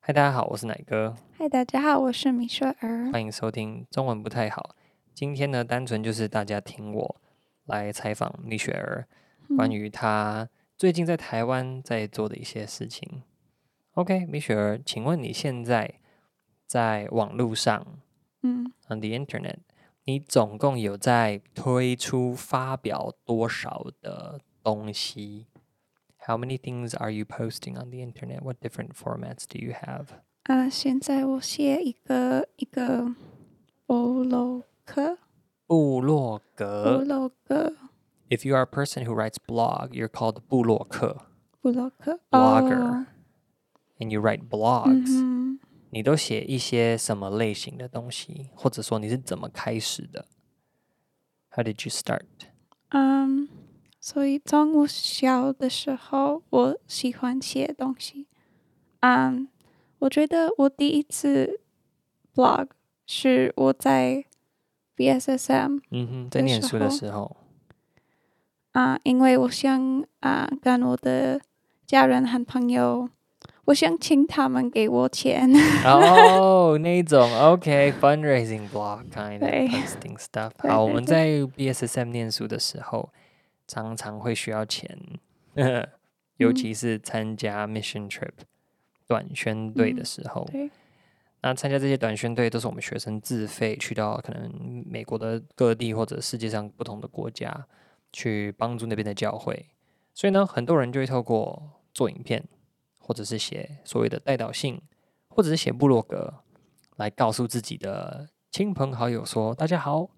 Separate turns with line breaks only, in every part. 嗨，大家好，我是奶哥，
嗨，大家好，我是米雪儿。
欢迎收听中文不太好。今天呢，单纯就是大家听我来采访蜜雪儿，关
嗯
于她最近在台湾在做的一些事情。OK，蜜雪儿，请问你现在在网络上
嗯
on the internet，你总共有在推出发表多少的东西？How many things are you posting on the internet? What different formats do you have?
啊、现在我写一个一个部落格，
部落
部
格。
落格，
If you are a person who writes blog, you're called 部落客
部落格
blogger
哦
and you write
嗯
blogs、
哼，
你都写一些什么类型的东西，或者说你是怎么开始的？How did you start？
嗯，所以从我小的时候，我喜欢写东西。嗯，我觉得我第一次 blog 是我在 BSSM
嗯哼，在
那
念
时
书的
候
时候，
啊、因为我想啊、跟我的家人和朋友，我想请他们给我钱。
哦， 那一种 OK，fundraising、blog kind of
对
posting stuff。
对
好，我
对
们
对
在 BSSM 念书的时候，常常会需要钱， 尤
嗯
其是参加 mission trip 短宣队的
嗯
时候。
对，
那参加这些短宣队都是我们学生自费去到可能美国的各地或者世界上不同的国家去帮助那边的教会，所以呢，很多人就会透过做影片，或者是写所谓的代导信，或者是写部落格，来告诉自己的亲朋好友说：“大家好，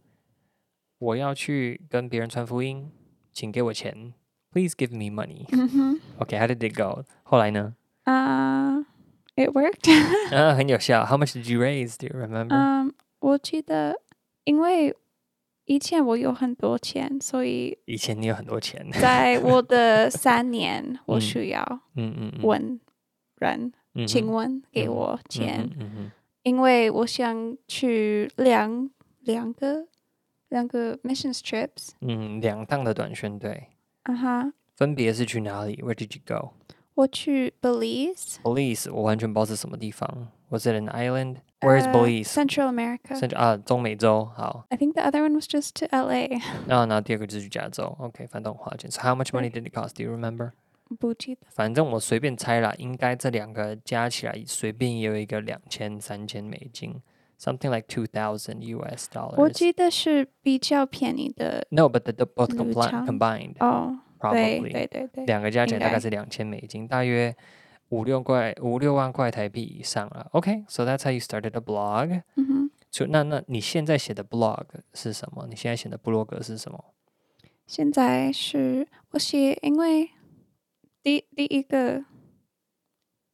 我要去跟别人传福音，请给我钱，Please give me money。
嗯哼，
”OK，how、did it go？后来呢？
啊、i t worked 。
啊，很有效。How much did you raise? Do you remember?
嗯，我记得，因为以前我有很多钱，所以
以前你有很多钱，
在我的三年，我
嗯
需要
嗯嗯嗯，
问人，
嗯
请
哼
问给
嗯
我
嗯
钱，
哼嗯哼
因为我想去两两个两个 mission trips。
嗯，两趟的短宣队
啊哈，
分别是去哪里？Where did you go?
我去 Belize。
Belize，我完全不知道是什么地方。Was it an island? Where is
Uh,
Belize?
Central America.
甚至啊，中美洲。好，
I think the other one was just to LA.
然后然后第二个就是去加州。OK，反正我花钱。So how much money did it cost? Do you remember?
不记得
反正我随便猜啦，应该这两个加起来随便也有一个两千、三千美金，something like two thousand US
我
dollars.
记得是比较便宜的
No, but the, the both
旅
combined
程
combined
哦。对
probably.
对对对，
两个加起来
应
大概
该
是两千美金，大约五六块五六万块台币以上了。OK，so、that's how you started a blog。
嗯哼，
所以那那你现在写的 blog 是什么？你现在写的部落格是什么？
现在是我写，因为第第一个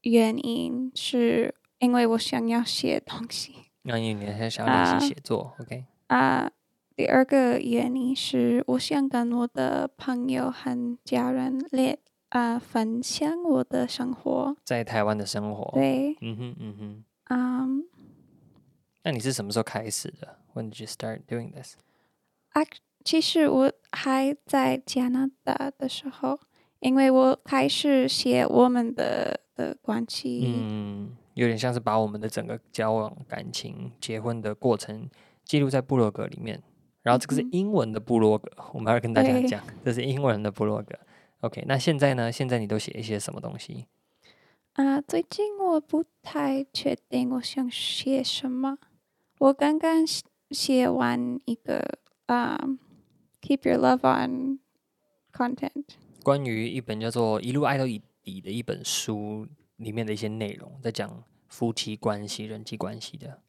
原因是因为我想要写东西
那你你还想要练习
啊
写作、o k
啊。第二个原因是我想跟我的朋友和家人列啊分享我的生活。
在台湾的生活。
对，
嗯哼嗯哼。
嗯、
那你是什么时候开始的？When did you start doing this？
其实我还在加拿大的时候，因为我开始写我们的的关系，
嗯，有点像是把我们的整个交往、感情、结婚的过程记录在部落格里面。然后这个是
嗯哼
英文的部落格，我们要跟大家
对
讲，这是英文的部落格。OK，那现在呢？现在你都写一些什么东西？
啊、最近我不太确定我想写什么。我刚刚写写完一个啊、keep your love on content，
关于一本叫做《一路爱到底》的一本书里面的一些内容，在讲夫妻关系、人际关系的。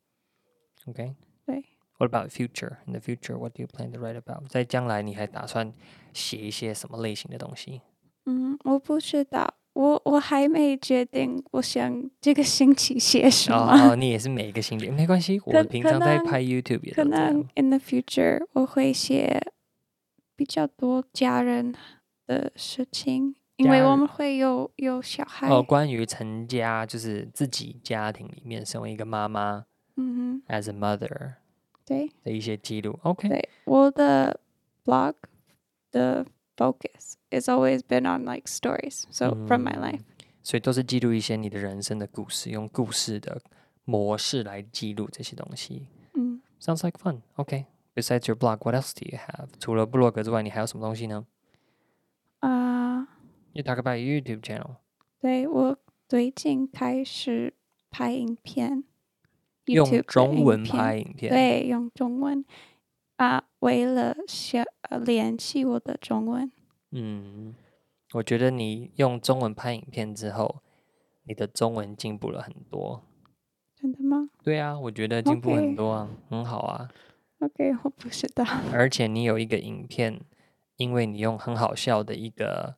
OK，
对。
What about future? In the future, what do you plan to write about? 在将来，你还打算写一些什么类型的东西？
嗯，我不知道，我我还没决定我想这个星期写什么。
哦，哦 你也是每个星期没关系，我
可
们平
可
常在
能
拍 YouTube 也
可
都这
能
样。
in the future 我会写比较多家人的事情，因为
家
我
人
们会有有小孩。
哦，关于成家，就是自己家庭里面身为一个妈妈
嗯哼，
as a mother
对
的一些记录。OK，
对，我的 blog 的 focus is always been on like stories so from my
嗯
life，
所以都是记录一些你的人生的故事，用故事的模式来记录这些东西。
嗯
Sounds like fun. Okay. Besides your blog, what else do you have? 除了部落格之外，你还有什么东西呢
啊、
？You talk about your YouTube channel.
对我最近开始拍影片，
用
YouTube 的
中文
影片
拍影片。
对，用中文啊、为了想呃联系我的中文，
嗯，我觉得你用中文拍影片之后，你的中文进步了很多。
真的吗
对啊，我觉得进步很
OK
多啊很好啊。
？OK，我不知道。
而且你有一个影片，因为你用很好笑的一个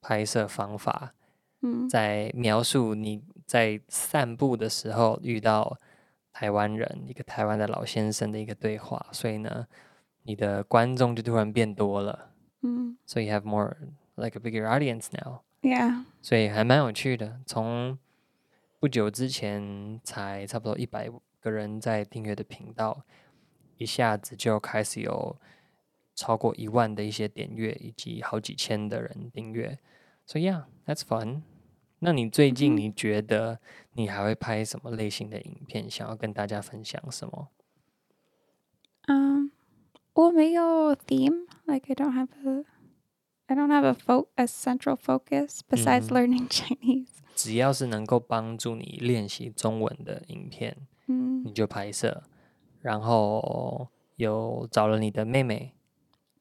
拍摄方法，
嗯，
在描述你在散步的时候遇到台湾人，一个台湾的老先生的一个对话，所以呢，你的观众就突然变多了
嗯
，so you have more like a bigger audience now。
，Yeah，
所以还蛮有趣的。从不久之前才差不多一百个人在订阅的频道，一下子就开始有超过一万的一些点阅，以及好几千的人订阅。So yeah, that's fun. 那你最
嗯
近
哼
你觉得你还会拍什么类型的影片？想要跟大家分享什么？
嗯，我没有 theme，like I don't have a。I don't have a fo a central focus besides
嗯
learning Chinese.
只要是能够帮助你练习中文的影片，
嗯，
你就拍摄。然后有找了你的妹妹，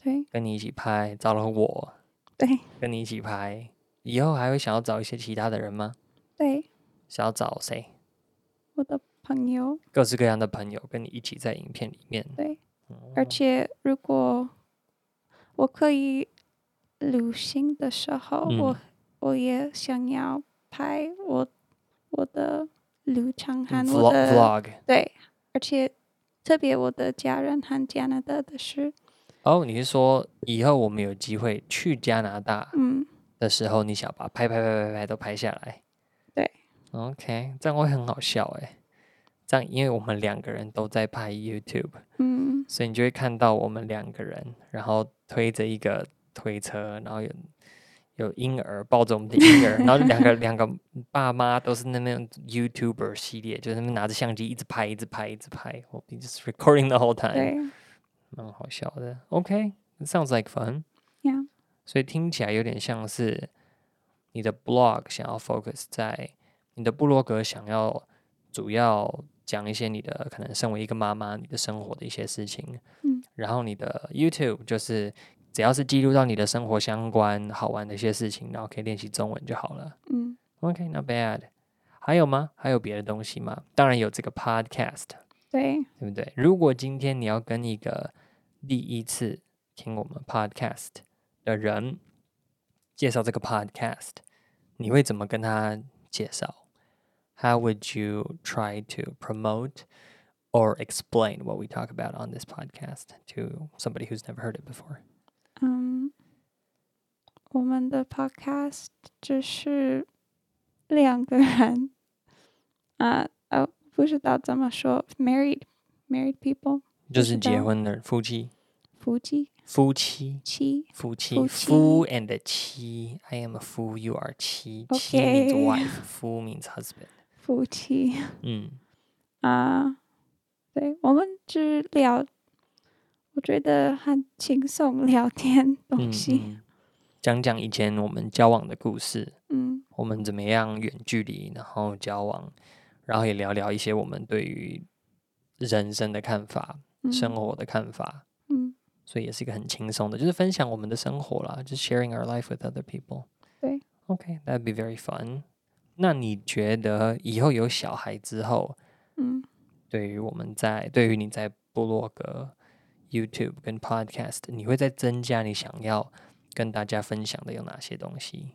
对
跟你一起拍，找了我
对
跟你一起拍，以后还会想要找一些其他的人吗？
对，
想要找谁？
我的朋友
各式各样的朋友跟你一起在影片里面。
对，
嗯
而且如果我可以旅行的时候，我我也想要拍我我的旅程和
vlog
我的
嗯 vlog
对，而且特别我的家人和加拿大的事，
哦，你是说以后我们有机会去加拿大
嗯，
的时候，你想把拍拍拍拍拍都拍下来？
对
，OK，这样会很好笑诶。这样，因为我们两个人都在拍 YouTube，
嗯
所以你就会看到我们两个人，然后推着一个推车，然后有有婴儿抱着我们的婴儿，然后两个两个爸妈都是那边 YouTuber 系列，就是那边拿着相机一直拍，一直拍，一直拍，我 just recording the whole time，
对
蛮好笑的。OK，it、sounds like fun，
，Yeah，
所以听起来有点像是你的 blog 想要 focus 在你的部落格想要主要讲一些你的可能身为一个妈妈你的生活的一些事情，
嗯，
然后你的 YouTube 就是只要是记录到你的生活相关好玩的一些事情，然后可以练习中文就好了。
嗯
OK，not、bad。还有吗？还有别的东西吗？当然有这个 podcast，
对，
对不对？如果今天你要跟一个第一次听我们 podcast 的人介绍这个 podcast，你会怎么跟他介绍？How would you try to promote or explain what we talk about on this podcast to somebody who's never heard it before?
嗯，我们的 Podcast 只是两个人，啊、呃，不知道怎么说，married married people
就
不
是
知
结
道
婚的夫妻，
夫妻
夫妻，
妻
夫妻，
夫
夫 and 妻。I am a fool, you are 妻。妻 means
Okay.
wife, fool means husband.
夫妻
嗯。
啊、对，我们只聊，我觉得很轻松聊天东
嗯
西，
嗯讲讲以前我们交往的故事，
嗯
我们怎么样远距离然后交往，然后也聊聊一些我们对于人生的看法、
嗯，
生活的看法，
嗯，
所以也是一个很轻松的，就是分享我们的生活啦，就是 sharing our life with other people。
对
，OK, that'd be very fun. 那你觉得以后有小孩之后，
嗯
对于我们在对于你在部落格、YouTube 跟 Podcast，你会再增加你想要跟大家分享的有哪些东西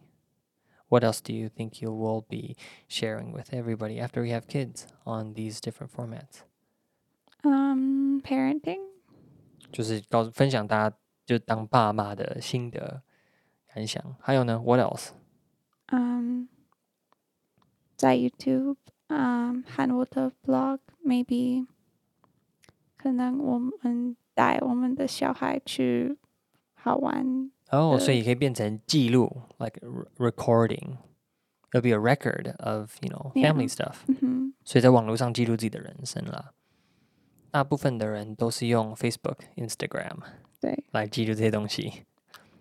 ？What else do you think you will be sharing with everybody after we have kids on these different formats？
嗯，parenting，um,
就是告诉分享大家就当爸妈的心得感想，还有呢，What else？
嗯，在 um, YouTube，嗯，um, 和我的 blog，maybe，可能我们带我们的小孩去好玩，
哦、所
呃
以可以变成记录，like re- recording there'll be a record of you know
Yeah.
family stuff，
嗯哼，
所以在网络上记录自己的人生啦。大部分的人都是用 Facebook、Instagram
对，
来记录这些东西，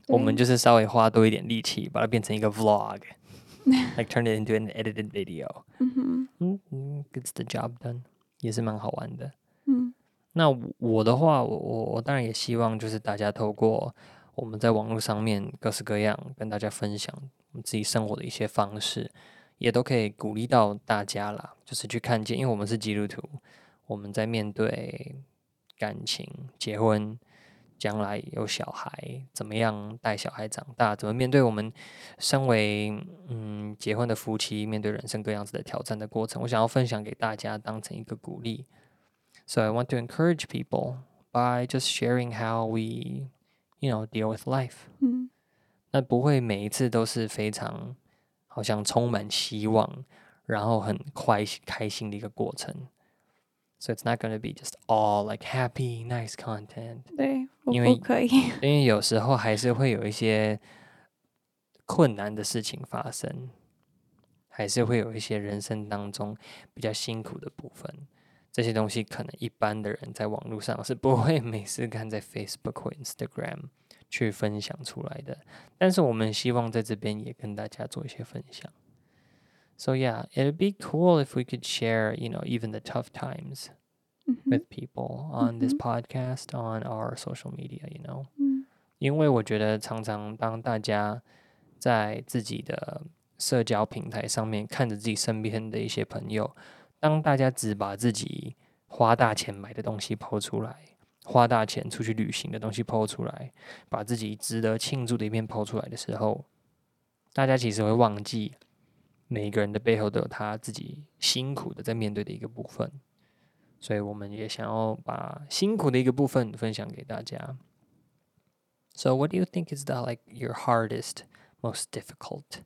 我们
对
就是稍微花多一点力气，把它变成一个 vlog，like turn it into an edited video。
嗯哼，
嗯嗯，gets the job done，也是蛮好玩的。
嗯
那我的话，我我我当然也希望就是大家透过我们在网络上面各式各样跟大家分享我们自己生活的一些方式，也都可以鼓励到大家啦，就是去看见，因为我们是基督徒，我们在面对感情、结婚、将来有小孩，怎么样带小孩长大，怎么面对我们身为嗯结婚的夫妻，面对人生各样子的挑战的过程，我想要分享给大家，当成一个鼓励。So I want to encourage people by just sharing how we, you know, deal with life.
嗯
那不会每一次都是非常好像充满希望，然后很快开心的一个过程。So it's not going to be just all like happy, nice content.
对，我
因为
不可 以，
因为有时候还是会有一些困难的事情发生，还是会有一些人生当中比较辛苦的部分。这些东西可能一般的人在网络上是不会 每次看在 Facebook 或 Instagram 去分享出来的，但是我们希望在这边也跟大家做一些分享。So yeah, it'd be cool if we could share, you know, even the tough times
嗯哼
with people on this
Mhm.
podcast, on our social media, you know.
嗯
因为我觉得常常当大家在自己的社交平台上面看着自己身边的一些朋友，当大家只把自己花大钱买的东西抛出来，花大钱出去旅行的东西抛出来，把自己值得庆祝的一面抛出来的时候，大家其实会忘记每一个人的背后都有他自己辛苦的在面对的一个部分。所以我们也想要把辛苦的一个部分分享给大家。So, what do you think is the like your hardest, most difficult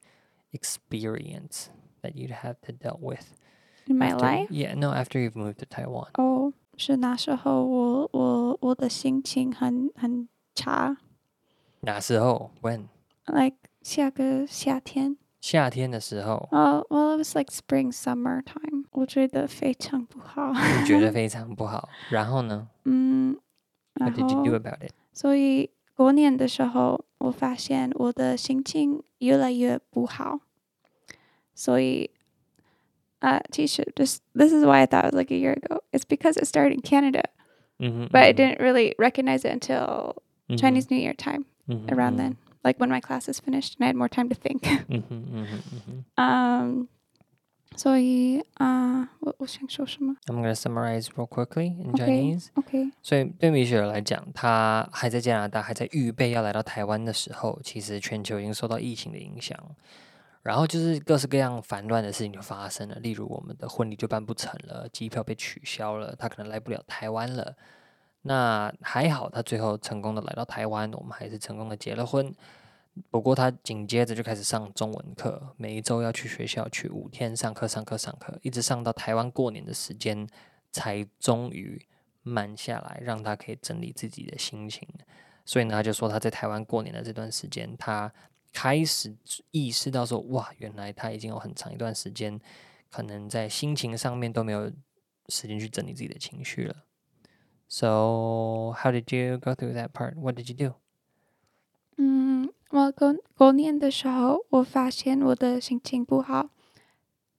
experience that you'd have to dealt with
，In my
after-
life，
Yeah, no, after you've moved to Taiwan.
哦，是那时候我我我的心情很很差
那时候 when
，like 下个夏天。
夏天的时候，
Uh, well, it was like spring, summer time. 我觉得非常不好。
你觉得非常不好，然后呢？
嗯，
What did you do
然后-
about it?
所以过年的时候，我发现我的心情越来越不好。所以，呃，其实 this this is why I thought it was like a year ago. It's because it started in Canada,
嗯哼，
but I
嗯哼，
didn't really recognize it until
嗯哼，
Chinese New Year time
嗯哼，
around
嗯哼，
then, like when my class is finished and I had more time to think.
mm-hmm, 嗯哼，嗯哼，嗯哼。
um, uh, 所以啊、uh,，我我想说什么
I'm gonna summarize real quickly in
Okay.
Chinese.
？OK，
所以对米雪儿来讲，她还在加拿大，还在预备要来到台湾的时候，其实全球已经受到疫情的影响，然后就是各式各样烦乱的事情就发生了，例如我们的婚礼就办不成了，机票被取消了，她可能来不了台湾了。那还好，她最后成功的来到台湾，我们还是成功的结了婚。不过她紧接着就开始上中文课，每一周要去学校去五天上课，上课上课，一直上到台湾过年的时间，才终于慢下来，让他可以整理自己的心情。所以呢，他就说他在台湾过年的这段时间，他开始意识到说，哇，原来他已经有很长一段时间，可能在心情上面都没有时间去整理自己的情绪了。So how did you go through that part? What did you do?
嗯，我过过年的时候，我发现我的心情不好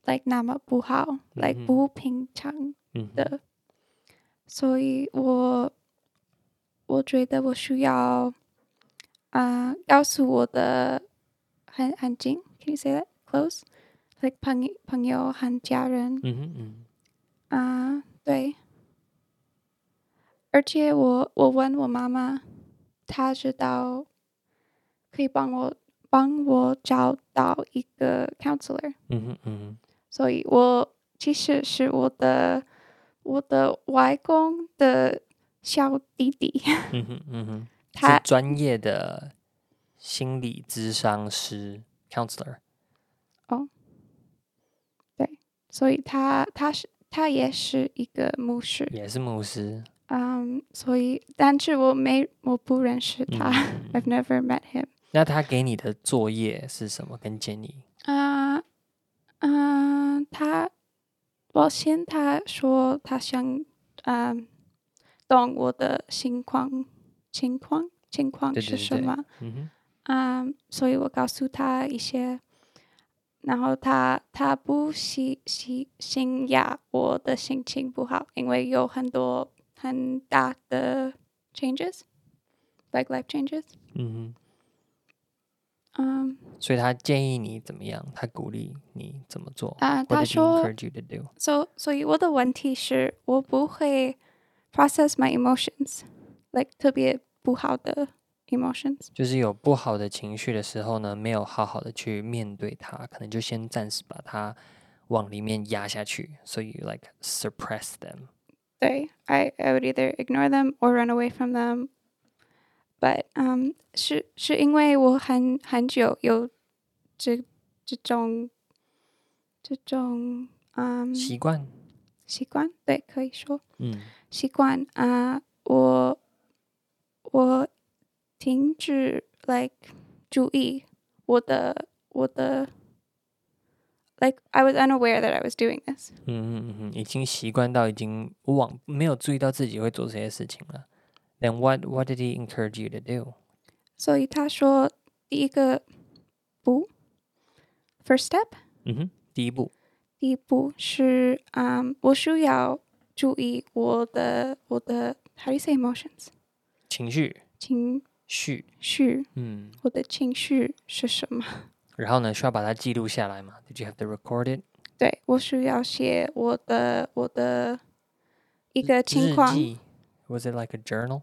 ，like 那么不好，like
嗯哼
不平常，
嗯哼
的所以我我觉得我需要啊、告诉我的很很近，can you say that close？like 朋友朋友和家人
嗯哼嗯
啊、对。而且我我问我妈妈，她知道可以帮我帮我找到一个 counselor，
嗯哼嗯
所以我其实是我的我的外公的小弟弟，
哼嗯哼嗯哼，
他
是专业的心理咨商师 counselor。
所以他他是他也是一个牧师，
也是牧师。
嗯，所以但是我没我不认识他、
嗯
i v e never met him。
那他给你的作业是什么？跟建议？
啊、嗯，他，我先他说他想，嗯，懂我的情况，情况，情况
对
是
对
什
对
么？
嗯哼，
嗯，所以我告诉他一些，然后他他不喜喜惊讶我的心情不好，因为有很多很大的 changes，like life changes。
嗯
嗯
哼，所以他建议你怎么样？他鼓励你怎么做
啊，
？What
他
did you
说
encourage you to do？
So, 所以我的问题是我不会 process my emotions，like 特别不好的 emotions。
就是有不好的情绪的时候呢，没有好好的去面对它，可能就先暂时把它往里面压下去，so you like suppress them。
对，I I would either ignore them or run away from them。But um, 嗯、是是因为我很很久有这这种这种嗯、
习惯，
习惯，um, 对，可以说。
嗯，
习惯啊、我我停止 like 注意我的我的 like I was unaware that I was doing this。
嗯嗯嗯嗯，已经习惯到已经忘没有注意到自己会做这些事情了。Then what what did he encourage you to do？
所以他说第一个步，first step，
嗯哼，第一步，
第一步是啊、我需要注意我的我的 how do you say emotions
情绪
情
绪，
绪，
嗯，
我的情绪是什么？
然后呢，需要把它记录下来嘛？Did you have to record it？
对我需要写我的我的一个情
日
况，
记？Was it like a journal?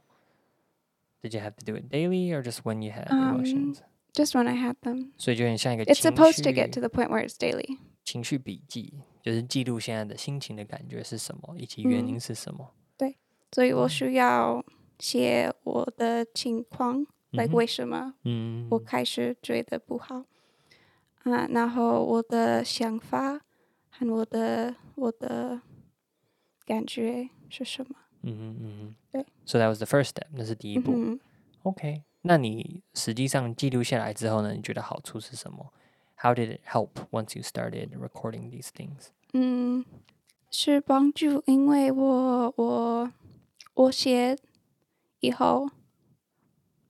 Did you have to do it daily or just when you had
Um,
emotions？、
just when I had them.
所以就很像一个
It's
情
supposed to get
绪
to the point where it's daily.
情绪笔记，就是记录现在的心情的感觉是什么，以及原
嗯
因是什么。
所以我需要写我的情况
嗯
，like
哼
为什么
嗯
我开始觉得不好啊，然后我的想法和我的我的感觉是什么？
嗯哼嗯哼，
对。
Mm-hmm. So that was the first step，那是第一
嗯
步。
哼，
OK，那你实际上记录下来之后呢，你觉得好处是什么？How did it help once you started recording these things？
嗯，是帮助，因为我我我写以后，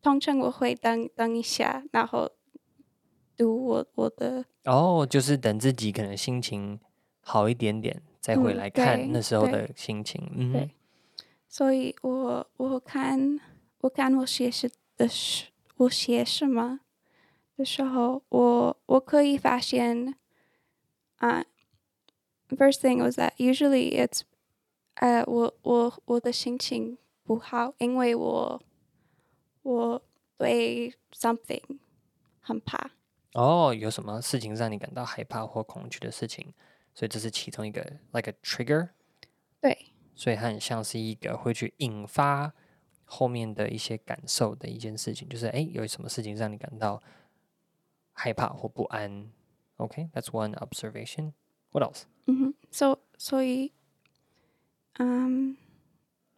通常我会等等一下，然后读我我的
哦、就是等自己可能心情好一点点，再回
嗯
来看
对
那时候
对
的心情。嗯哼
对，所以我我看我看我写是的是我写什么的时候，我我可以发现啊、First thing was that usually it's 呃我我我的心情不好，因为我我对 something 很怕。
哦、有什么事情让你感到害怕或恐惧的事情？所以这是其中一个，like a trigger，
对
所以它很像是一个会去引发后面的一些感受的一件事情，就是诶，有什么事情让你感到害怕或不安？OK，that's、one observation. What else?
嗯哼，所所以，嗯，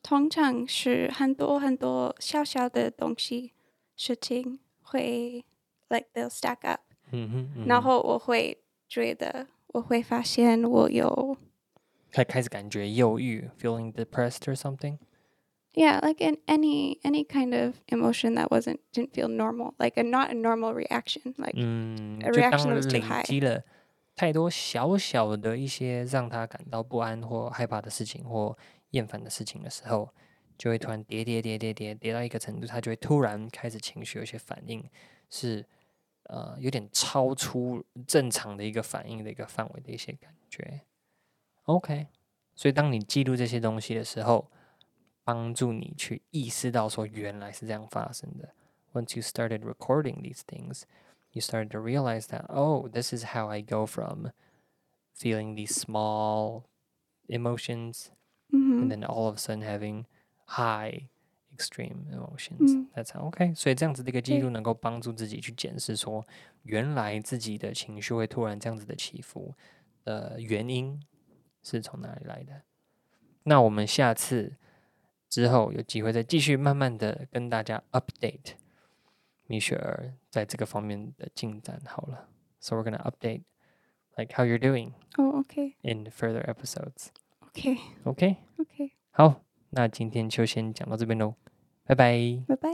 通常是很多很多小小的东西事情会，like they'll stack up，、
嗯哼，嗯
然
哼
后我会觉得，我会发现我有
开开始感觉忧郁，feeling depressed or something。
，yeah，like in any any kind of emotion that wasn't didn't feel normal，like a not a normal reaction，like
嗯，
a
就
reaction
当
that was too
累
high
积了太多小小的一些让他感到不安或害怕的事情或厌烦的事情的时候，就会突然跌跌跌跌跌跌到一个程度，他就会突然开始情绪有一些反应是呃有点超出正常的一个反应的一个范围的一些感觉。OK，所以当你记录这些东西的时候，帮助你去意识到说原来是这样发生的。Once you started recording these things, you started to realize that, oh, this is how I go from feeling these small emotions
嗯
and
哼，
then all of a sudden having high extreme emotions.
嗯
That's how OK。所以这样子的一个记
对
录能够帮助自己去检视说，原来自己的情绪会突然这样子的起伏的原因是从哪里来的。那我们下次之后有机会再继续慢慢的跟大家 update 米雪儿在这个方面的进展。好了，so we're gonna update like how you're doing
哦，OK，OK，
in further episodes.
OK，
OK，好，那今天就先讲到这边喽，拜拜。
拜拜。